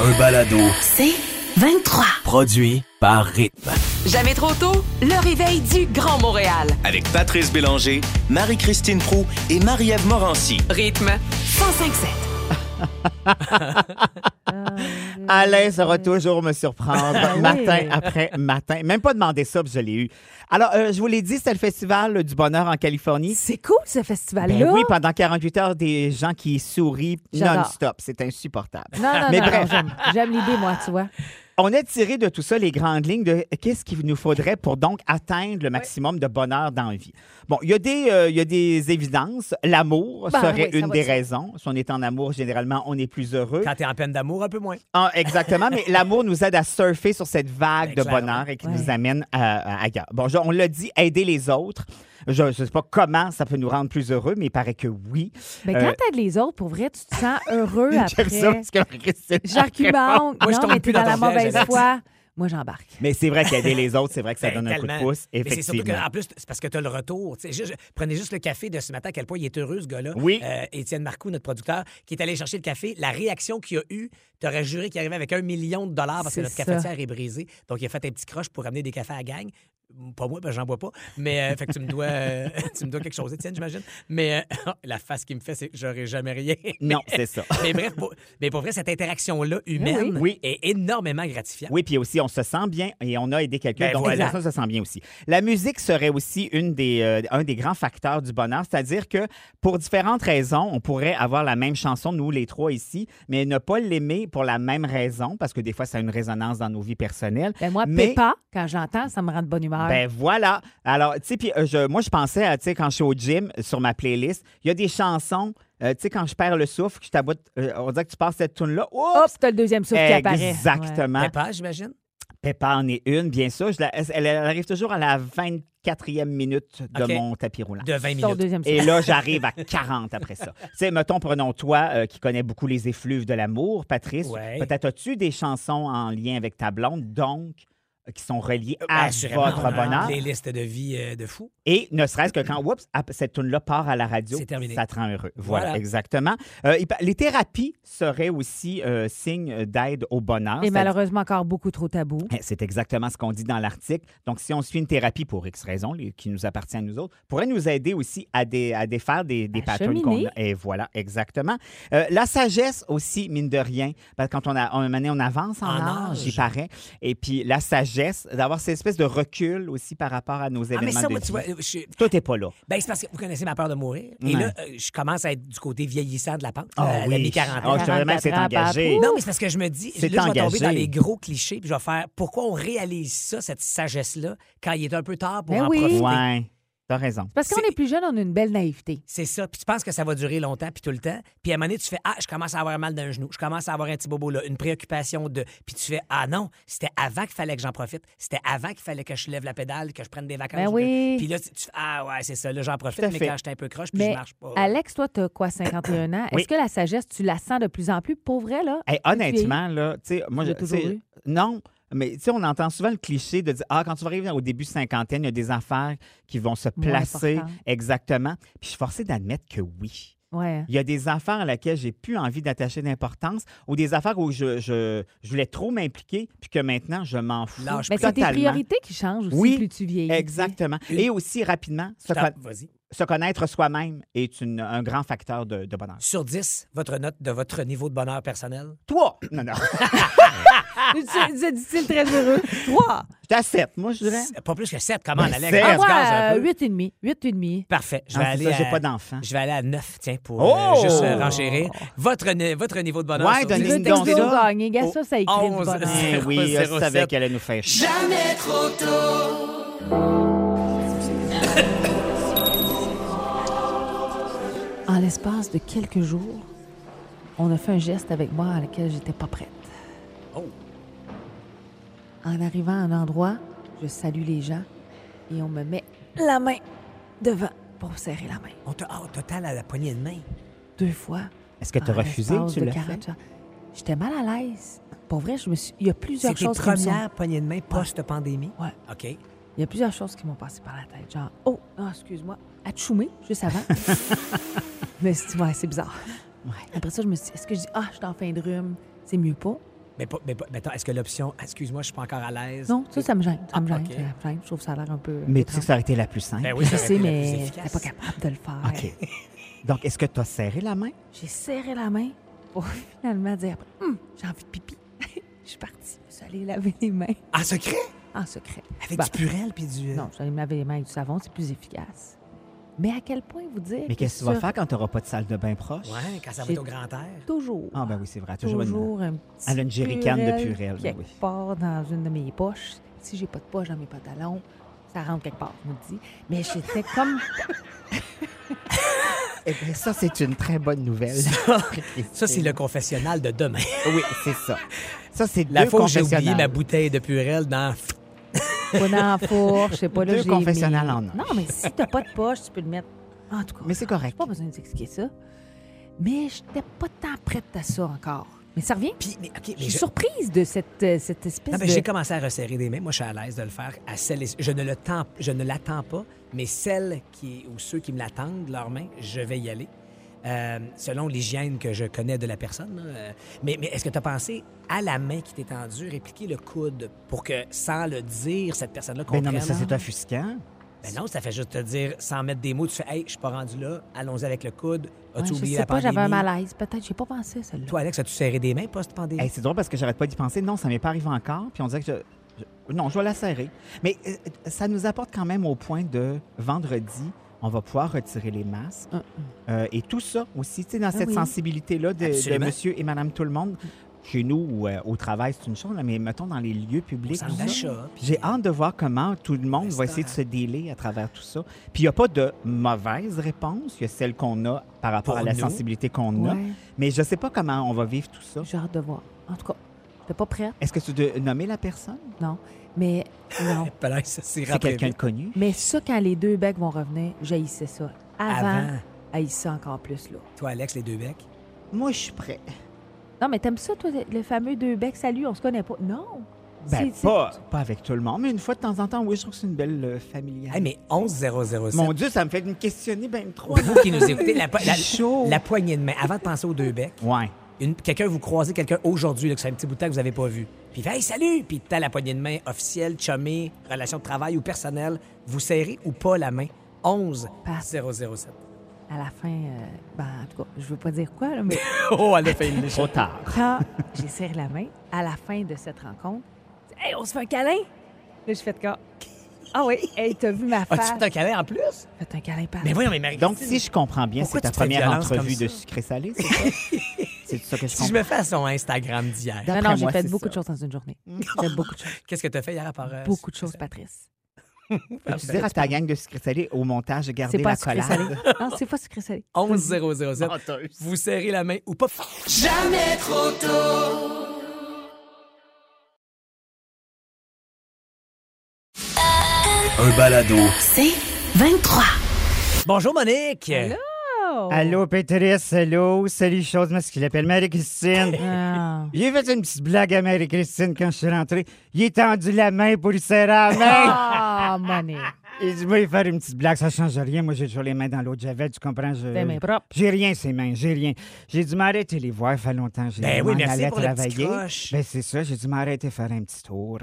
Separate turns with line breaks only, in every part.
Un balado
C'est 23.
produit par Rythme.
Jamais trop tôt, le réveil du Grand Montréal.
avec Patrice Bélanger, Marie-Christine Prou et Marie-Ève Morancy.
Rythme 1057.
Mm.
Alain saura toujours me
Ah
surprendre matin après matin. Même pas demander ça, puis je l'ai eu. Alors, euh, je vous l'ai dit, c'était le festival du bonheur en Californie.
C'est cool ce festival-là.
Ben oui, pendant 48 heures, des gens qui sourient
J'adore.
non-stop. C'est insupportable.
Non, non,
Ah, Mais
non,
bref.
non, j'aime- j'aime l'idée, moi, tu vois.
On a tiré de tout ça les grandes lignes de qu'est-ce qu'il nous faudrait pour donc atteindre le maximum de bonheur dans la vie. Bon, il y, a des, euh, il y a des évidences. L'amour
Ben
serait
oui, ça
une
va
des
de soi.
raisons. Si on est en amour, généralement, on est plus heureux.
Quand t'es en peine d'amour, un peu moins.
Ah, exactement, mais l'amour nous aide à surfer sur cette vague de
Ben, Clairement.
bonheur et qui
Ouais.
nous amène à, à- ailleurs. Bon, je- on l'a dit, aider les autres. Je ne sais pas comment ça peut nous rendre plus heureux, mais il paraît que oui.
Mais
Euh,
Ben, quand t'aides les autres, pour vrai, tu te sens heureux
J'aime ça
après.
parce que Christine-
J'argumente.
Moi, je
Non,
tombe
mais
plus
t'es dans,
dans
la
ton piège,
mauvaise
Alex.
foi. Moi, j'embarque.
Mais c'est vrai qu'aider les autres, c'est vrai que ça
Ben,
donne un coup de
tellement.
pouce,
Mais c'est surtout
effectivement.
qu'en plus, c'est parce que ah, t'as le retour. tu sais. Juste- prenez juste le café de ce matin, à quel point il est heureux, ce gars-là.
Oui.
Euh, Étienne Marcoux, notre producteur, qui est allé chercher le café. La réaction qu'il a eue, t'aurais juré qu'il arrivait avec un million de dollars parce
C'est
que notre
ça.
cafetière est brisée. Donc, il a fait un petit croche pour amener des cafés à la gang. Pas moi, parce que j'en bois pas. Mais euh, fait que tu me dois, euh, tu me dois quelque chose, Étienne, j'imagine. Mais euh, la face qu'il me fait, c'est j'aurais jamais rien.
Non, c'est ça.
mais bref, pour, mais pour vrai, cette interaction-là humaine
Oui.
est énormément gratifiante.
Oui, puis aussi, on se sent bien et on a aidé quelqu'un,
Ben
donc
voilà.
la personne se sent bien aussi. La musique serait aussi une des, euh, un des grands facteurs du bonheur, c'est-à-dire que pour différentes raisons, on pourrait avoir la même chanson, nous les trois ici, mais ne pas l'aimer pour la même raison, parce que des fois, ça a une résonance dans nos vies personnelles.
Ben, moi,
Mais-
Peppa, quand j'entends, ça me rend de bonne humeur.
Ben voilà. Alors, tu sais, puis euh, je- moi, je pensais, à, tu sais, quand je suis au gym, euh, sur ma playlist, il y a des chansons, euh, tu sais, quand je perds le souffle, que je taboute, euh, on dirait que tu passes cette tune-là.
Hop,
Oups!
t'as le deuxième souffle qui apparaît. Ouais.
Exactement.
Pépin, j'imagine.
Peppa en est une, bien sûr. Je la- elle, elle arrive toujours à la 24e minute de
OK.
mon tapis roulant.
De 20
Ton
minutes.
deuxième souffle.
Et là, j'arrive à 40 après ça. tu sais, mettons, prenons toi, euh, qui connais beaucoup les effluves de l'amour, Patrice.
Ouais.
Peut-être as-tu des chansons en lien avec ta blonde, donc, euh, qui sont reliées à
Assurément, on
votre
a
bonheur.
Des listes de vie euh, de fous.
Et ne serait-ce que quand, oups, ah, cette tune-là part à la radio,
C'est terminé.
ça te rend heureux. Voilà,
Voilà.
exactement. Euh, il pa- les thérapies seraient aussi euh, signe d'aide au bonheur.
Et
C'est-à-dire-
malheureusement, encore beaucoup trop tabou.
Eh, C'est exactement ce qu'on dit dans l'article. Donc, si on suit une thérapie pour X raisons, les- qui nous appartient à nous autres, pourrait nous aider aussi à, dé- à défaire des, des
À
patterns qu'on
cheminer.
a. Et voilà, exactement. Euh, la sagesse aussi, mine de rien, parce que quand on a on, on avance en,
En
âge,
âge.
il paraît. Et puis, la sagesse, d'avoir cette espèce de recul aussi par rapport à nos
Ah, mais
événements
ça,
de
moi,
vie.
tu vois, euh, je-
Toi, t'es pas là.
ben, c'est parce que vous connaissez ma peur de mourir. Et
Ouais.
là, euh, je commence à être du côté vieillissant de la pente,
Ah
à la
oui.
mi-quarantaine.
Ah, je te dirais même que c'est
44 ans,
engagé.
papou.
Non, mais c'est parce que je me dis, là,
C'est
je vais
engagé.
tomber dans les gros clichés, puis je vais faire pourquoi on réalise ça, cette sagesse-là, quand il est un peu tard pour
Ben
en
oui.
profiter.
Ouais, t'as raison.
Parce qu'on
C'est-
est plus jeune, on a une belle naïveté.
C'est ça. Puis tu penses que ça va durer longtemps, puis tout le temps. Puis à un moment donné, tu fais Ah, je commence à avoir mal d'un genou, je commence à avoir un petit bobo là, une préoccupation de. Puis tu fais Ah non, c'était avant qu'il fallait que j'en profite, c'était avant qu'il fallait que je lève la pédale, que je prenne des vacances.
Ben oui.
Puis là, tu, tu fais, Ah ouais, c'est ça, là, j'en profite,
Tout à
mais
fait.
quand j'étais un peu croche, puis je
Mais
marche pas.
Alex, toi, t'as quoi, 51 ans?
Oui.
Est-ce que la sagesse, tu la sens de plus en plus? Pour vrai, là?
Hey, honnêtement, là, tu sais, moi,
Tu
je.
l'as toujours
tu sais,
eu?
Non. Mais tu sais, on entend souvent le cliché de dire Ah, quand tu vas arriver au début cinquantaine, il y a des affaires qui vont se
Moins
placer.
importantes.
Exactement. Puis je suis forcé d'admettre que oui.
Ouais.
Il y a des affaires à laquelle j'ai plus envie d'attacher d'importance ou des affaires où je, je, je voulais trop m'impliquer puis que maintenant, je m'en fous.
Lâche
Mais c'est tes
totalement.
priorités qui changent aussi
Oui,
plus tu vieillis.
Exactement.
Une-
Et aussi rapidement, se,
Stop,
con-
Vas-y.
se connaître soi-même est une- un grand facteur de, de bonheur.
Sur 10, votre note de votre niveau de bonheur personnel.
Toi! Non, non.
Tu sais. Tu sais, dit-il très heureux. Trois.
Je t'accepte, moi, je dirais.
C'est Pas plus que 7, comment,
Ben,
Alex?
sept.
On
Ah,
se
moi,
gage un
euh,
peu.
huit et demi. Huit et demi.
Parfait. Je
Non,
vais
c'est
aller.
ça, j'ai
à-
pas d'enfant.
Je vais aller à 9, tiens, pour
Oh!
euh, juste euh, renchérir. Votre, ne- votre niveau de bonheur.
Ouais,
sur
donnez-
Tu
10.
veux
Ding dong,
texto
ça.
gagné. Gars, ça, ça écrit du
Onze.
bonheur.
Eh oui, je
007.
savais qu'elle allait nous faire chier.
En l'espace de quelques jours, on a fait un geste avec moi à lequel j'étais pas prête.
Oh.
En arrivant à un endroit, je salue les gens et on me met la main devant pour serrer la main.
On te, ah, au total à la poignée de main.
Deux fois.
Est-ce que tu as
en
refusé ou
l'espace
tu
de
l'as fait?
40 heures. J'étais mal à l'aise. Pour vrai, je me suis... il y a plusieurs
C'est tes
choses qui me sont-
premières poignées de main post-pandémie?
Ouais.
OK.
Il y a plusieurs choses qui m'ont passé par la tête. Genre, oh, ah, excuse-moi, à Tchoumé, juste avant. mais c'est ouais, c'est bizarre. Après ça, je me suis dit, est-ce que je dis, ah, je suis en fin de rhume, c'est mieux pas.
Mais, pas- mais, pas- mais attends, est-ce que l'option, ah, excuse-moi, je suis pas encore à l'aise?
Non, ça, ça me gêne. Ça me gêne.
Ah, ok.
ça me gêne. Je trouve que ça a l'air un peu.
Mais tu sais que ça aurait été la plus simple.
Ben oui,
Je
ça aurait
sais,
été la plus
mais
efficace.
t'es pas capable de le faire.
OK. Donc, est-ce que tu as serré la main?
J'ai serré la main pour finalement dire après, Hum, j'ai envie de pipi. Je suis partie. Je suis allée laver les mains
En secret?
en secret.
Avec
Ben,
du purel puis du.
Non, je suis allée me laver les mains avec du savon, c'est plus efficace. Mais à quel point vous dire.
Mais
que
qu'est-ce que tu vas
sur-
faire quand tu n'auras pas de salle de bain proche?
Ouais, quand ça va
J'ai-
être au grand air.
Toujours.
Ah, ben oui, c'est vrai. Toujours,
toujours,
une-
un petit.
Elle a une jerrycan de purel, ben
Quelque
oui.
part dans une de mes poches. Si j'ai pas de poche dans mes pantalons, ça rentre quelque part, je me dis. Mais j'étais comme.
Eh bien, ça, c'est une très bonne nouvelle.
Ça, c'est le confessionnal de demain.
Oui, c'est ça. Ça, c'est
La
deux
fois que j'ai oublié
confessionnals.
ma bouteille de purel dans.
pas dans la fourche, je sais pas là.
Deux
j'ai
confessionnels
mis-
en un.
Non, mais si t'as pas de poche, tu peux le mettre. En tout cas.
Mais c'est correct.
Pas besoin d'expliquer ça. Mais j'étais pas tant prête à ça encore. Mais ça revient.
Puis, mais, OK,
Je
mais
suis
je-
surprise de cette, euh, cette espèce
Non, mais
de...
j'ai commencé à resserrer des mains. Moi, je suis à l'aise de le faire à celles et- Je ne le tente- je ne l'attends pas, mais celles qui ou ceux qui me l'attendent, leurs mains, je vais y aller. Euh, selon l'hygiène que je connais de la personne. là. Euh, Mais, mais est-ce que tu as pensé à la main qui t'est tendue, répliquer le coude pour que, sans le dire, cette personne-là
Ben
comprenne?
non,
hein?
mais ça, c'est offusquant.
Ben non, ça fait juste te dire, sans mettre des mots, tu fais « Hey, je suis pas rendu là, allons-y avec le coude,
Ouais,
as-tu
je
oublié
sais
la
pas,
pandémie?
j'avais un malaise. Peut-être, j'ai pas pensé à celle-là.
Toi, Alex, as-tu serré des mains post-pandémie?
Hey, c'est drôle parce que j'arrête pas d'y penser. Non, ça m'est pas arrivé encore. Puis on dirait que je- je- Non, je vais la serrer. Mais euh, ça nous apporte quand même au point de vendredi, on va pouvoir retirer les masques.
Hum,
Euh, et tout ça aussi, tu sais, dans
Ah
cette
oui.
sensibilité-là de, de
Absolument.
monsieur et madame tout le monde. Chez nous ou euh, au travail, c'est une chose, là, mais mettons dans les lieux
Au
publics.
centre
tout ça.
d'achat, puis-
J'ai hâte de voir comment tout le monde va essayer de se déler à travers tout ça. Puis il n'y a pas de mauvaise réponse. Il y a celle qu'on a par rapport
Pour
à la
nous.
sensibilité qu'on a.
Ouais,
Mais je ne sais pas comment on va vivre tout ça.
j'ai hâte de voir. En tout cas, j'étais pas prête,
Est-ce que tu dois nommer la personne?
non. Mais non.
Peut-être que ça s'est
C'est
rappelé
quelqu'un de
vite.
connu.
mais ça, quand les deux becs vont revenir, j'haïssais ça. Avant,
Avant.
haïssais ça encore plus, là.
Toi, Alex, les deux becs?
Moi, je suis prêt.
Non, mais t'aimes ça, toi, le fameux deux becs, salut, on se connaît pas. Non.
Ben,
C'est- c'est-
pas, pas avec tout le monde, mais une fois de temps en temps, oui, je trouve que c'est une belle euh, familiale.
Hey, mais 11007.
Mon Dieu, ça me fait me questionner ben trop.
Vous qui nous écoutez, la, po- la-
Chaud.
la poignée de main, avant de penser aux deux becs,
Ouais.
une- quelqu'un, vous croisez quelqu'un aujourd'hui, là, que c'est un petit bout de temps que vous n'avez pas vu. Puis il fait Hey, salut! Puis t'as la poignée de main officielle, chumée, relation de travail ou personnelle, vous serrez ou pas la main? 11
Pas.
007.
À la fin, euh, ben, en tout cas, je veux pas dire quoi, là, mais
Oh, elle a failli le
Trop tard.
quand j'ai serré la main, à la fin de cette rencontre, je dis, Hey, on se fait un câlin! Là, je fais de cas. Ah oui, hey, t'as vu ma face?
As-tu fait un câlin en plus?
Faites un câlin par
Mais voyons, mais Marie.
Donc, si je comprends bien,
Pourquoi
c'est ta
tu te fais
première
violence comme
entrevue
ça?
de sucré-salé, c'est ça? c'est ça que je
si je
comprends.
me fais à son Instagram d'hier,
D'après
Non, non, j'ai
moi,
fait
c'est
beaucoup
ça. Mm.
de choses dans une journée. J'ai fait beaucoup de choses.
qu'est-ce que t'as fait hier à part. euh,
Beaucoup de choses, Patrice.
Peux-tu dire à ta gang de sucré-salé au montage,
C'est
garder
pas
la
sucré
collade.
salé. Non, c'est pas sucré salé.
11007. Vous serrez la main ou pas?
Un balado.
23.
Bonjour, Monique!
Allô,
Oh.
Pétrice, allô, salut, chose, moi, ce qu'il appelle Marie-Christine.
Ah.
J'ai fait une petite blague à Marie-Christine quand je suis rentré. Il est tendu la main pour lui serrer la main.
Ah, money.
Il dit, moi, il faire une petite blague, ça change rien. Moi, j'ai toujours les mains dans l'eau de Javel, tu comprends? Je-
Fais mes propres.
J'ai rien, ces mains, j'ai rien. J'ai dû m'arrêter les voir, il fait longtemps. J'ai
Ben oui,
m'en
merci
allais
pour le petit croche.
Ben, c'est ça, j'ai dû m'arrêter faire un petit tour.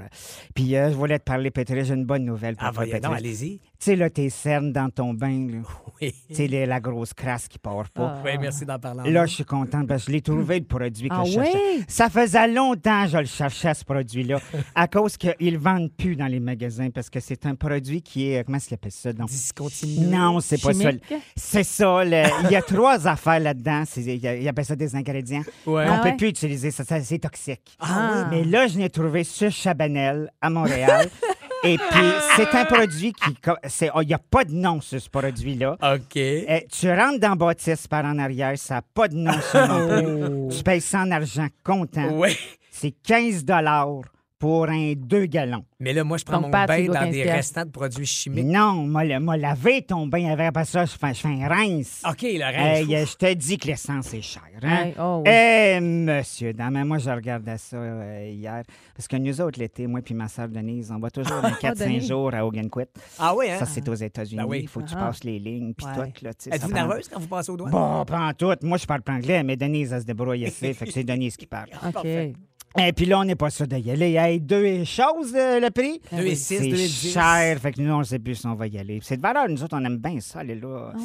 Puis, euh, je voulais te parler, Pétrice, j'ai une bonne nouvelle pour
Ah,
toi,
voyons, donc,
Pétrice.
allez-y.
Tu sais, là, tes cernes dans ton bain, là.
Oui.
Tu sais, les- la grosse crasse qui part pas.
Oui, merci d'en parler. en
Là,
nous.
je suis contente parce que je l'ai trouvé, le produit que
Ah
je cherchais.
ouais?
Ça faisait longtemps que je le cherchais, ce produit-là, à cause qu'ils ne vendent plus dans les magasins parce que c'est un produit qui est. Comment est-ce qu'ils appellent ça? Donc,
Discontinué.
non, c'est pas ça.
Chimique?
C'est ça. le- Il y a trois affaires là-dedans. C'est- Il y a- il appelle ça des ingrédients.
Ouais.
On
Ah
peut
ouais?
plus utiliser ça. ça, c'est toxique.
Ah.
Mais là, je l'ai trouvé sur Chabanel, à Montréal. Et puis, c'est un produit qui. co- c'est- oh, Il n'y a pas de nom sur ce produit-là.
OK.
Eh.
Euh, tu rentres dans Baptiste par en arrière, ça n'a pas de nom ça non plus. Tu payes ça en argent comptant.
Oui.
C'est 15 pour un 2 gallons.
Mais là, moi, je prends
Donc,
mon
Pat,
bain
tu dois
dans
15
des
piastres.
restants de produits chimiques.
Non, moi, le- moi, laver ton bain avec après ça, je fais, je fais un rince.
OK, le reste.
Hey, euh, je te dis que l'essence est chère. Hein?
Hey, oh oui.
Eh, monsieur, dame, moi, je regardais ça euh, hier. Parce que nous autres, l'été, moi puis ma sœur Denise, on va toujours dans 4-5
Denise.
jours à Hoganquit.
Ah oui, hein?
Ça, c'est aux États-Unis.
Ben oui.
Il faut que tu
Ah.
passes les lignes. Puis
Ouais.
tout, là, tu sais, ça
Êtes-vous
prend-
nerveuse quand vous passez au doigt?
Bon, pas en tout. Moi, je parle pas anglais, mais Denise, elle se débrouille assez. fait que c'est Denise qui parle.
OK.
Et puis là, on n'est pas sûr d'y aller. Hey, deux et choses, euh, le prix.
Ah
Deux et six,
C'est
deux et dix.
cher. Fait que nous, on ne sait plus si on va y aller. Puis C'est de valeur. Nous autres, on aime bien ça, aller là.
Ah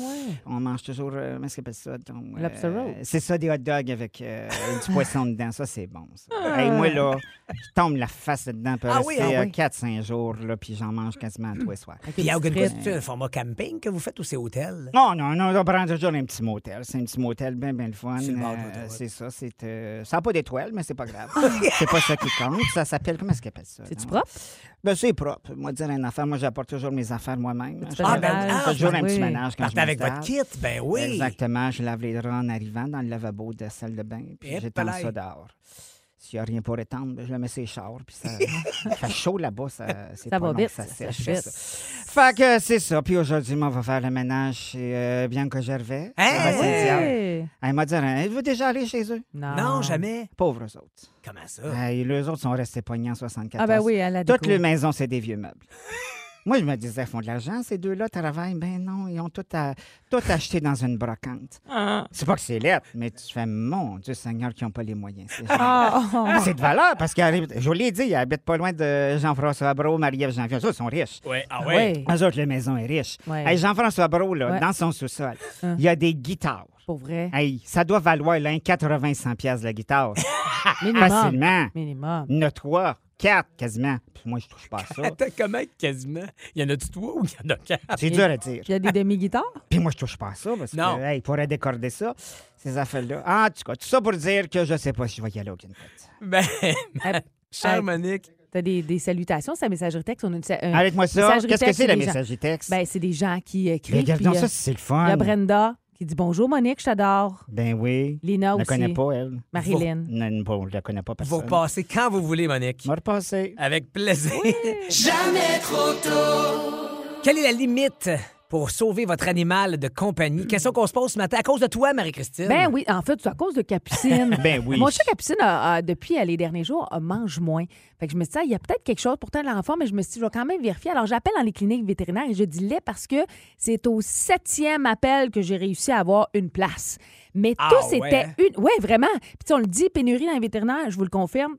On mange toujours, euh, comment est-ce qu'on appelle ça? donc, euh,
Lobster roll.
c'est ça, des hot dogs avec euh, du poisson dedans. Ça, c'est bon, ça. Hey, moi, là, je tombe la face dedans pour
Ah oui,
rester
ah
euh,
oui.
4-5 jours, là, puis j'en mange quasiment tous les soirs.
Puis à Ogunquist, c'est un format camping que vous faites ou c'est hôtel?
Non, non, non, on prend toujours un petit motel. C'est un petit motel bien, bien le fun.
Sur le bord de
Euh,
l'autoroute.
c'est ça, c'est... euh, ça n'a pas d'étoile, mais c'est pas grave. c'est pas ça qui compte. Ça s'appelle... Comment est-ce qu'on appelle ça?
C'est-tu
non?
propre?
Ben, c'est propre. Moi, dire une affaire, moi, j'apporte toujours mes affaires moi-même.
Tu
Je
fais
fais
le ménage,
toujours un
Ah, oui.
petit ménage quand je
Partez avec votre
m'installe.
kit, ben oui.
Exactement. Je lave les draps en arrivant dans le lavabo de la salle de bain, puis
Et
j'étends
palais.
ça dehors. S'il n'y a rien pour étendre, ben, je le mets sur les chars, puis ça, ça fait chaud là-bas, ça,
Ça
c'est pas
va
long
vite,
que ça
ça
sèche.
se fait.
Fait que c'est ça. Puis aujourd'hui, moi, on va faire le ménage chez euh, Bianca Gervais.
Hey!
Sébastien Diard.
Ah, Ouais.
Elle m'a dit, hein, êtes-vous déjà allé chez eux?
Ah,
Ah.
Non, jamais.
Pauvres eux autres.
Comment ça?
Hey, les autres sont restés pognés en 74.
Ah ben oui, à la
Toutes
déco.
les maisons, c'est des vieux meubles. Moi, je me disais, ils font de l'argent, ces deux-là travaillent. Ben non, ils ont tout, à- tout acheté dans une brocante.
Ah.
C'est pas que c'est lettre, mais tu fais, mon Dieu Seigneur, qui n'ont pas les moyens. ces gens-là.
Ah, oh,
Ah, c'est de valeur, parce que je vous l'ai dit, ils habitent pas loin de Jean-François Brault, Marie-Ève Janvier. Eux autres sont riches.
Ouais, ah
ouais.
Eux autres, la maison est riche.
Ouais.
Hey, Jean-François Brault, là,
Ouais. Hein.
dans son sous-sol, il y a des guitares.
Pour vrai.
Hey, ça doit valoir là, un 80-100$ piastres, la guitare.
Ah, Minimum.
Facilement.
Minimum.
Il y en a trois, quatre quasiment. Puis moi, je touche pas à ça.
Attends, comment quasiment? Il y en a-tu trois ou il y en a quatre?
C'est dur à dire.
Puis il y a des demi-guitares?
Puis moi, je touche pas à ça parce
Non.
que, hey, il pourrait décorder ça, ces affaires-là. En tout cas, tout ça pour dire que je sais pas si je vais y aller au Gunpet.
Ben,
Hey,
chère
hey,
Monique,
T'as des, des salutations, sa messagerie texte. On a une, sa- un-
Arrête-moi ça.
messagerie
Qu'est-ce que
texte,
c'est la
des gens-
messagerie texte?
Ben, c'est des gens qui écrivent.
Regardons
puis,
ça,
euh,
si c'est le
Il y
fun.
a Brenda qui dit Bonjour Monique, je t'adore.
Ben oui.
Lina
on la
aussi.
connaît pas, elle.
Marilyn.
Non, non, pas- on la connaît pas,
vous
personne.
repassez quand vous voulez, Monique.
On va repasser.
Avec plaisir. Jamais trop tôt. Quelle est la limite pour sauver votre animal de compagnie? Question qu'on se pose ce matin à cause de toi, Marie-Christine.
Ben oui, en fait, c'est à cause de Capucine.
Ben oui.
Mon chat Capucine, a- a- depuis euh, les derniers jours, euh, mange moins. Fait que je me suis dit, Ah, il y a peut-être quelque chose. Pourtant, l'enfant, mais je me suis dit, je vais quand même vérifier. Alors, j'appelle dans les cliniques vétérinaires et je dis lait parce que c'est au septième appel que j'ai réussi à avoir une place. Mais
Ah,
tous
ouais,
étaient
hein?
une. Ouais, vraiment. Puis, tu sais, on le dit, pénurie dans les vétérinaires, je vous le confirme.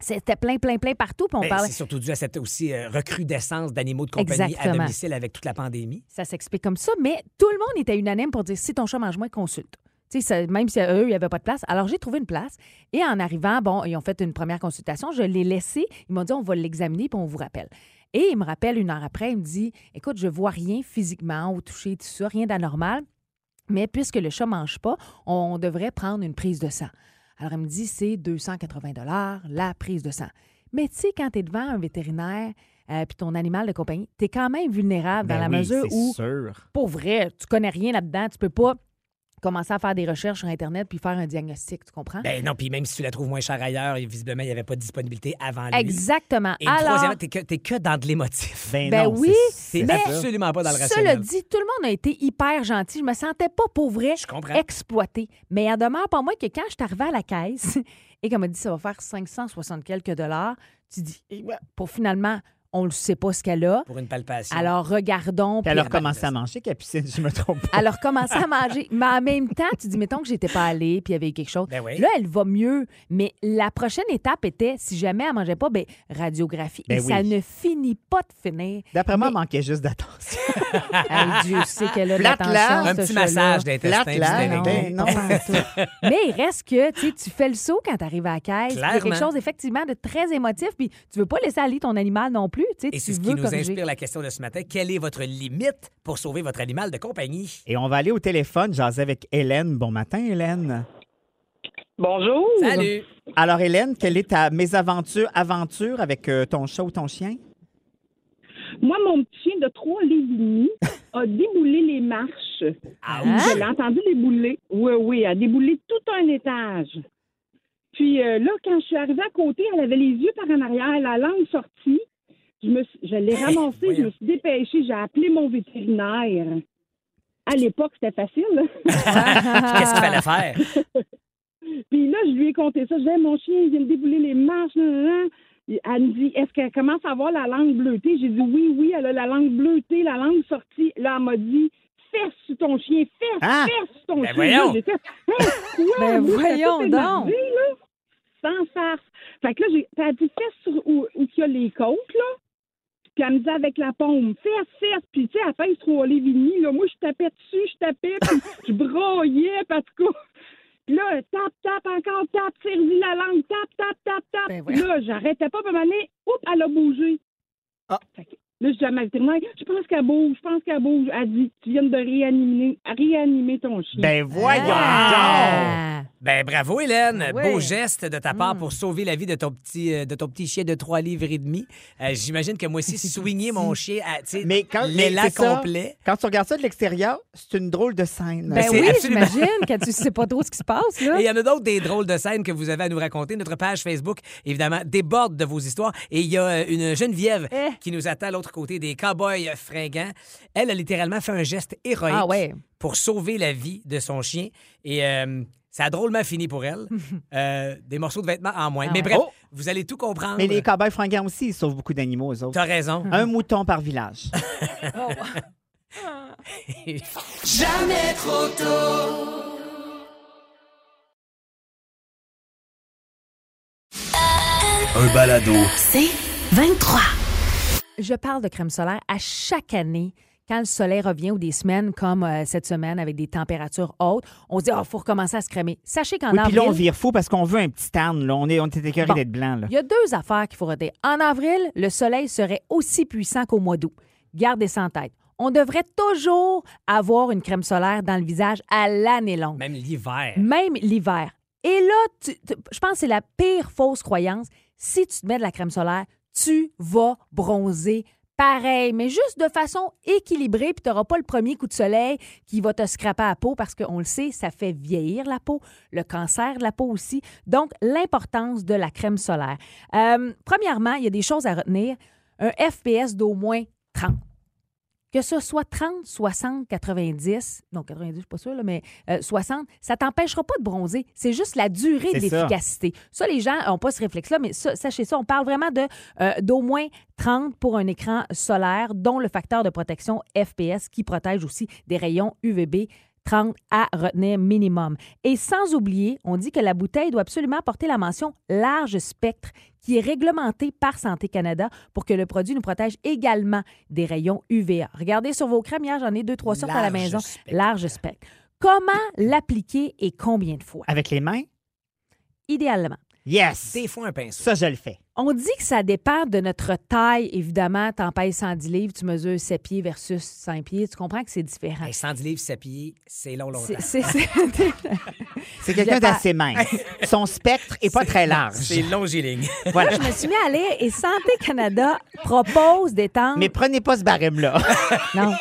C'était plein, plein, plein partout. Puis on
Ben,
parlait.
c'est surtout dû à cette aussi euh, recrudescence d'animaux de compagnie à
Exactement.
domicile avec toute la pandémie.
Ça s'explique comme ça, mais tout le monde était unanime pour dire si ton chat mange moins, consulte. Tu sais, ça- même si eux, il n'y avait pas de place. Alors, j'ai trouvé une place. Et en arrivant, bon, ils ont fait une première consultation. Je l'ai laissé. Ils m'ont dit, on va l'examiner, puis on vous rappelle. Et il me rappelle une heure après, il me dit, écoute, je vois rien physiquement, au toucher, tout ça, rien d'anormal. Mais puisque le chat mange pas, on devrait prendre une prise de sang. Alors, elle me dit, c'est 280 dollars la prise de sang. Mais tu sais, quand tu es devant un vétérinaire, euh, puis ton animal de compagnie, tu es quand même vulnérable dans la mesure où
Ben sûr.
pour vrai, tu connais rien là-dedans, tu peux pas commencer à faire des recherches sur Internet puis faire un diagnostic, tu comprends?
Ben non, puis même si tu la trouves moins chère ailleurs, et visiblement, il n'y avait pas de disponibilité avant lui.
Exactement.
Et
Alors,
troisièmement, t'es que, t'es que dans de l'émotif.
Ben,
Ben
non,
oui,
c'est-
C'est
c'est
mais-
ça.
absolument pas dans le
cela
rationnel.
dit, tout le monde a été hyper gentil. Je me sentais pas pour vrai
Je comprends.
exploité. Mais il en demeure pas moins que quand je suis arrivée à la caisse et qu'on m'a dit ça va faire 560 quelques dollars, tu dis, eh ben, pour finalement, on ne sait pas ce qu'elle a.
Pour une palpation.
Alors, regardons.
Puis
puis-
elle a recommencé à manger, Capucine, je me trompe pas.
Alors, commencer à manger. Mais en même temps, tu dis, mettons que j'étais pas allée, puis il y avait eu quelque chose.
Ben oui.
Là, elle va mieux. Mais la prochaine étape était, si jamais elle mangeait pas, ben, radiographie.
Ben
Et ça
oui.
ne finit pas de finir.
D'après moi, elle manquait juste d'attention.
Hey, Dieu sait qu'elle a de
Flatte-la.
l'attention,
un
ce
petit
chat-là.
massage d'intestin.
Plate, là,
puis
Non,
c'était
ben
réglé.
non.
pas pantoute. Mais il reste que tu sais, tu fais le saut quand tu arrives à la caisse. puis Il y a
Clairement.
quelque chose effectivement de très émotif. Puis tu veux pas laisser aller ton animal non plus. tu sais,
Et
tu
c'est ce
veux
qui nous
corriger.
inspire la question de ce matin. Quelle est votre limite pour sauver votre animal de compagnie?
Et on va aller au téléphone, jaser avec Hélène. Bon matin, Hélène.
Bonjour.
Salut!
Alors, Hélène, quelle est ta mésaventure, aventure avec euh, ton chat ou ton chien?
Moi, mon petit chien de trois livres et demi a déboulé les marches.
Ah,
Hein?
Je l'ai entendu débouler. Oui, oui, elle a déboulé tout un étage. Puis euh, là, quand je suis arrivée à côté, elle avait les yeux par en arrière, la langue sortie. Je, me suis- je l'ai ramassée, je me suis dépêchée, j'ai appelé mon vétérinaire. À l'époque, c'était facile.
Qu'est-ce qu'il fallait faire?
Puis là, je lui ai conté ça. Je disais, mon chien, il vient de débouler les marches. nan, nan, nan. Et Elle me dit, est-ce qu'elle commence à avoir la langue bleutée? J'ai dit, oui, oui, elle a la langue bleutée, la langue sortie. Là, elle m'a dit, fesse sur ton chien, fesse,
Ah!
fesse sur ton
Ben
chien.
voyons!
J'étais, Hein? Quoi?
Ben
Moi, j'étais
voyons
toute énervée,
donc!
là. sans farce. Fait que là, j'ai, puis elle dit fesse sur où, où il y a les côtes, là. Puis elle me dit avec la pompe, fesse, fesse. Puis tu sais, elle pèse trois livres et demi, là. Moi, je tapais dessus, je tapais, puis je broyais, parce que... Puis là, tape, tape encore, tape, tire-y la langue, tape, tape, tape, tape.
Ben
Puis là, j'arrêtais pas, puis à un moment donné, oups, elle a bougé.
Ah.
Fait que là, je dis à ma vétérinaire, je pense qu'elle bouge, je pense qu'elle bouge. Elle dit, tu viens de réanimer, réanimer ton chien.
Ben voyons donc!
Ah!
Ben bravo Hélène,
Ouais.
beau geste de ta part pour sauver la vie de ton petit euh, de ton petit chien de 3 livres et demi. Euh, J'imagine que moi aussi soigner mon chien à tu sais,
Mais quand mais
l'élan
c'est ça,
complet.
quand tu regardes ça de l'extérieur, c'est une drôle de scène.
Ben
C'est
oui,
absolument-
j'imagine, quand tu sais pas trop ce qui se passe, là.
Et il y en a d'autres des drôles de scènes que vous avez à nous raconter. Notre page Facebook, évidemment, déborde de vos histoires. Et il y a euh, une Geneviève
Eh.
qui nous attend à l'autre côté des cow-boys fringants. Elle a littéralement fait un geste héroïque
Ah ouais.
pour sauver la vie de son chien. Et euh, ça a drôlement fini pour elle. Euh, des morceaux de vêtements en moins.
Ah
Mais
ouais.
bref,
Oh.
vous allez tout comprendre.
mais les Ah. cow-boys fringants aussi, ils sauvent beaucoup d'animaux, eux autres.
T'as raison.
Un mouton par village.
Ah,
Un balado.
C'est 23.
Je parle de crème solaire à chaque année. Quand le soleil revient ou des semaines comme euh, cette semaine avec des températures hautes, on se dit, oh, faut recommencer à se crémer. Sachez qu'en
Oui, puis
avril.
là, on vire fou parce qu'on veut un petit tan. Là. On, est, on était écœurés
Bon.
d'être blanc. Là.
Il y a deux affaires qu'il faut retenir. En avril, le soleil serait aussi puissant qu'au mois d'août. Gardez ça en tête. On devrait toujours avoir une crème solaire dans le visage à l'année longue,
Même l'hiver.
même l'hiver. Et là, tu- tu- je pense que c'est la pire fausse croyance. Si tu te mets de la crème solaire, tu vas bronzer pareil, mais juste de façon équilibrée, puis tu n'auras pas le premier coup de soleil qui va te scraper à la peau parce qu'on le sait, ça fait vieillir la peau, le cancer de la peau aussi. Donc, l'importance de la crème solaire. Euh, premièrement, il y a des choses à retenir. Un FPS d'au moins 30. Que ce soit 30, 60, 90, non 90, je suis pas sûre, là, mais euh, 60, ça t'empêchera pas de bronzer. C'est juste la durée
C'est ça.
d'efficacité. Ça. les gens n'ont pas ce réflexe-là, mais ça, sachez ça, on parle vraiment de euh, d'au moins 30 pour un écran solaire, dont le facteur de protection FPS qui protège aussi des rayons UVB 30 à retenir minimum. Et sans oublier, on dit que la bouteille doit absolument porter la mention large spectre qui est réglementée par Santé Canada pour que le produit nous protège également des rayons UVA. Regardez sur vos crèmes, hier j'en ai deux, trois sortes à la
Large
maison.
spectre.
Large spectre. Comment l'appliquer et combien de fois?
Avec les mains?
Idéalement.
Yes!
Des fois un pinceau.
Ça, je le fais.
On dit que ça dépend de notre taille, évidemment. T'en pèses 110 livres, tu mesures 7 pieds versus 5 pieds. Tu comprends que c'est différent.
Hey, 110 livres, 7 pieds, c'est long, longtemps.
C'est- c'est- c'est-
C'est quelqu'un
l'ai pas-
d'assez mince. Son spectre est pas très large.
C'est long, Giling.
Voilà.
Je me suis mis à lire et Santé Canada propose d'étendre.
Mais prenez pas ce barème-là.
Non.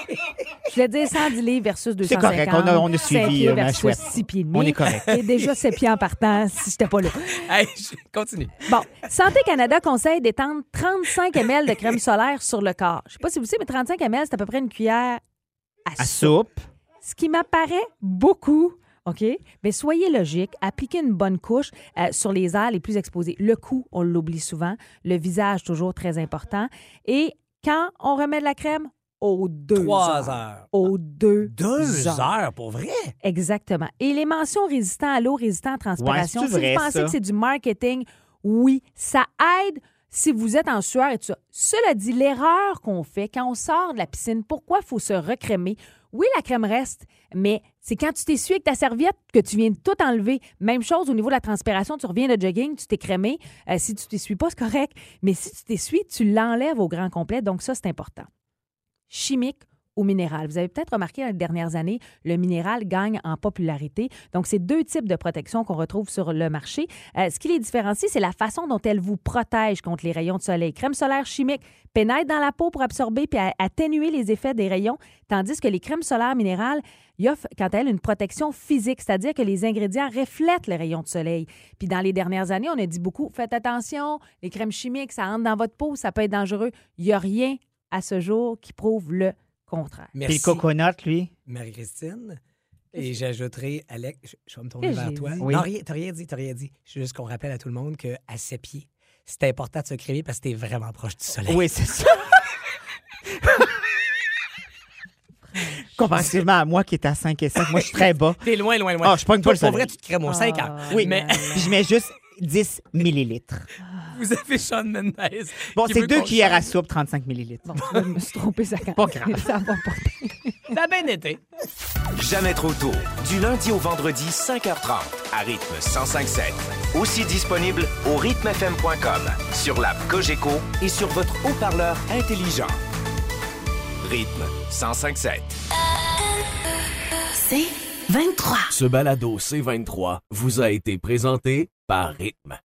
Je voulais dire 110 livres versus 250.
correct, on a- on a suivi,
5 pieds
euh, ma
versus
chouette.
6 pieds et demi.
On est correct.
Et déjà 7 pieds en partant si j'étais pas là.
Hey, je- continue.
Bon, Santé Canada conseille d'étendre 35 ml de crème solaire sur le corps. Je sais pas si vous savez, mais 35 ml, c'est à peu près une cuillère à
À
soupe.
soupe.
Ce qui m'apparaît beaucoup, OK? Mais soyez logique, appliquez une bonne couche euh, sur les ailes les plus exposées. Le cou, on l'oublie souvent. Le visage, toujours très important. Et quand on remet de la crème, aux deux
Trois heures.
Aux deux,
Deux heures, pour vrai?
Exactement. Et les mentions résistant à l'eau, résistant à transpiration,
Ouais,
si
c'est-tu vrai,
vous pensez
ça?
que c'est du marketing, oui, ça aide si vous êtes en sueur et tout ça. Cela dit, l'erreur qu'on fait quand on sort de la piscine, pourquoi faut se recrémer? Oui, la crème reste, mais c'est quand tu t'essuies avec ta serviette que tu viens de tout enlever. Même chose au niveau de la transpiration, tu reviens de jogging, tu t'es crémé. Euh, si tu t'essuies pas, c'est correct. Mais si tu t'essuies, tu l'enlèves au grand complet. Donc ça, c'est important chimique ou minéral. Vous avez peut-être remarqué dans les dernières années, le minéral gagne en popularité. Donc, c'est deux types de protection qu'on retrouve sur le marché. Euh, ce qui les différencie, c'est la façon dont elle vous protège contre les rayons de soleil. Crème solaire chimique pénètre dans la peau pour absorber puis a- atténuer les effets des rayons, tandis que les crèmes solaires minérales y offrent, quant à elles, une protection physique, c'est-à-dire que les ingrédients reflètent les rayons de soleil. Puis dans les dernières années, on a dit beaucoup, faites attention, les crèmes chimiques, ça entre dans votre peau, ça peut être dangereux. Il n'y a rien à ce jour qui prouve le contraire.
Puis le
Merci,
coconut, lui.
Marie-Christine. Et j'ajouterai, Alex, je, je vais me tourner
Qu'est-ce
vers
que j'ai
toi.
dit?
Oui.
Non, rien, t'as rien dit, t'as rien dit. C'est juste qu'on rappelle à tout le monde qu'à ses pieds, c'est important de se crémer parce que t'es vraiment proche du soleil.
Oui, c'est ça. Comparativement à moi qui est à 5 et 5, moi, je suis très bas.
T'es loin, loin, loin.
Ah, je pogne pas
Toi,
le
Pour
soleil.
Ah,
vrai, tu te crèmes aux 5 heures.
Oui,
mais
Puis je mets juste 10 millilitres.
Vous avez Sean Mendes.
Bon,
qui
c'est
veut
deux
qu'on
cuillères à
chante.
soupe, 35 millilitres.
Bon, je me suis trompée, ça quand
Pas grave.
Ça va pas.
Ça a bien été.
Jamais trop tôt. Du lundi au vendredi, 5h30, à rythme 1057. Aussi disponible au rythmefm.com, sur l'app Cogeco et sur votre haut-parleur intelligent. Rythme 1057.
C'est 23.
Ce balado C23 vous a été présenté par Rythme.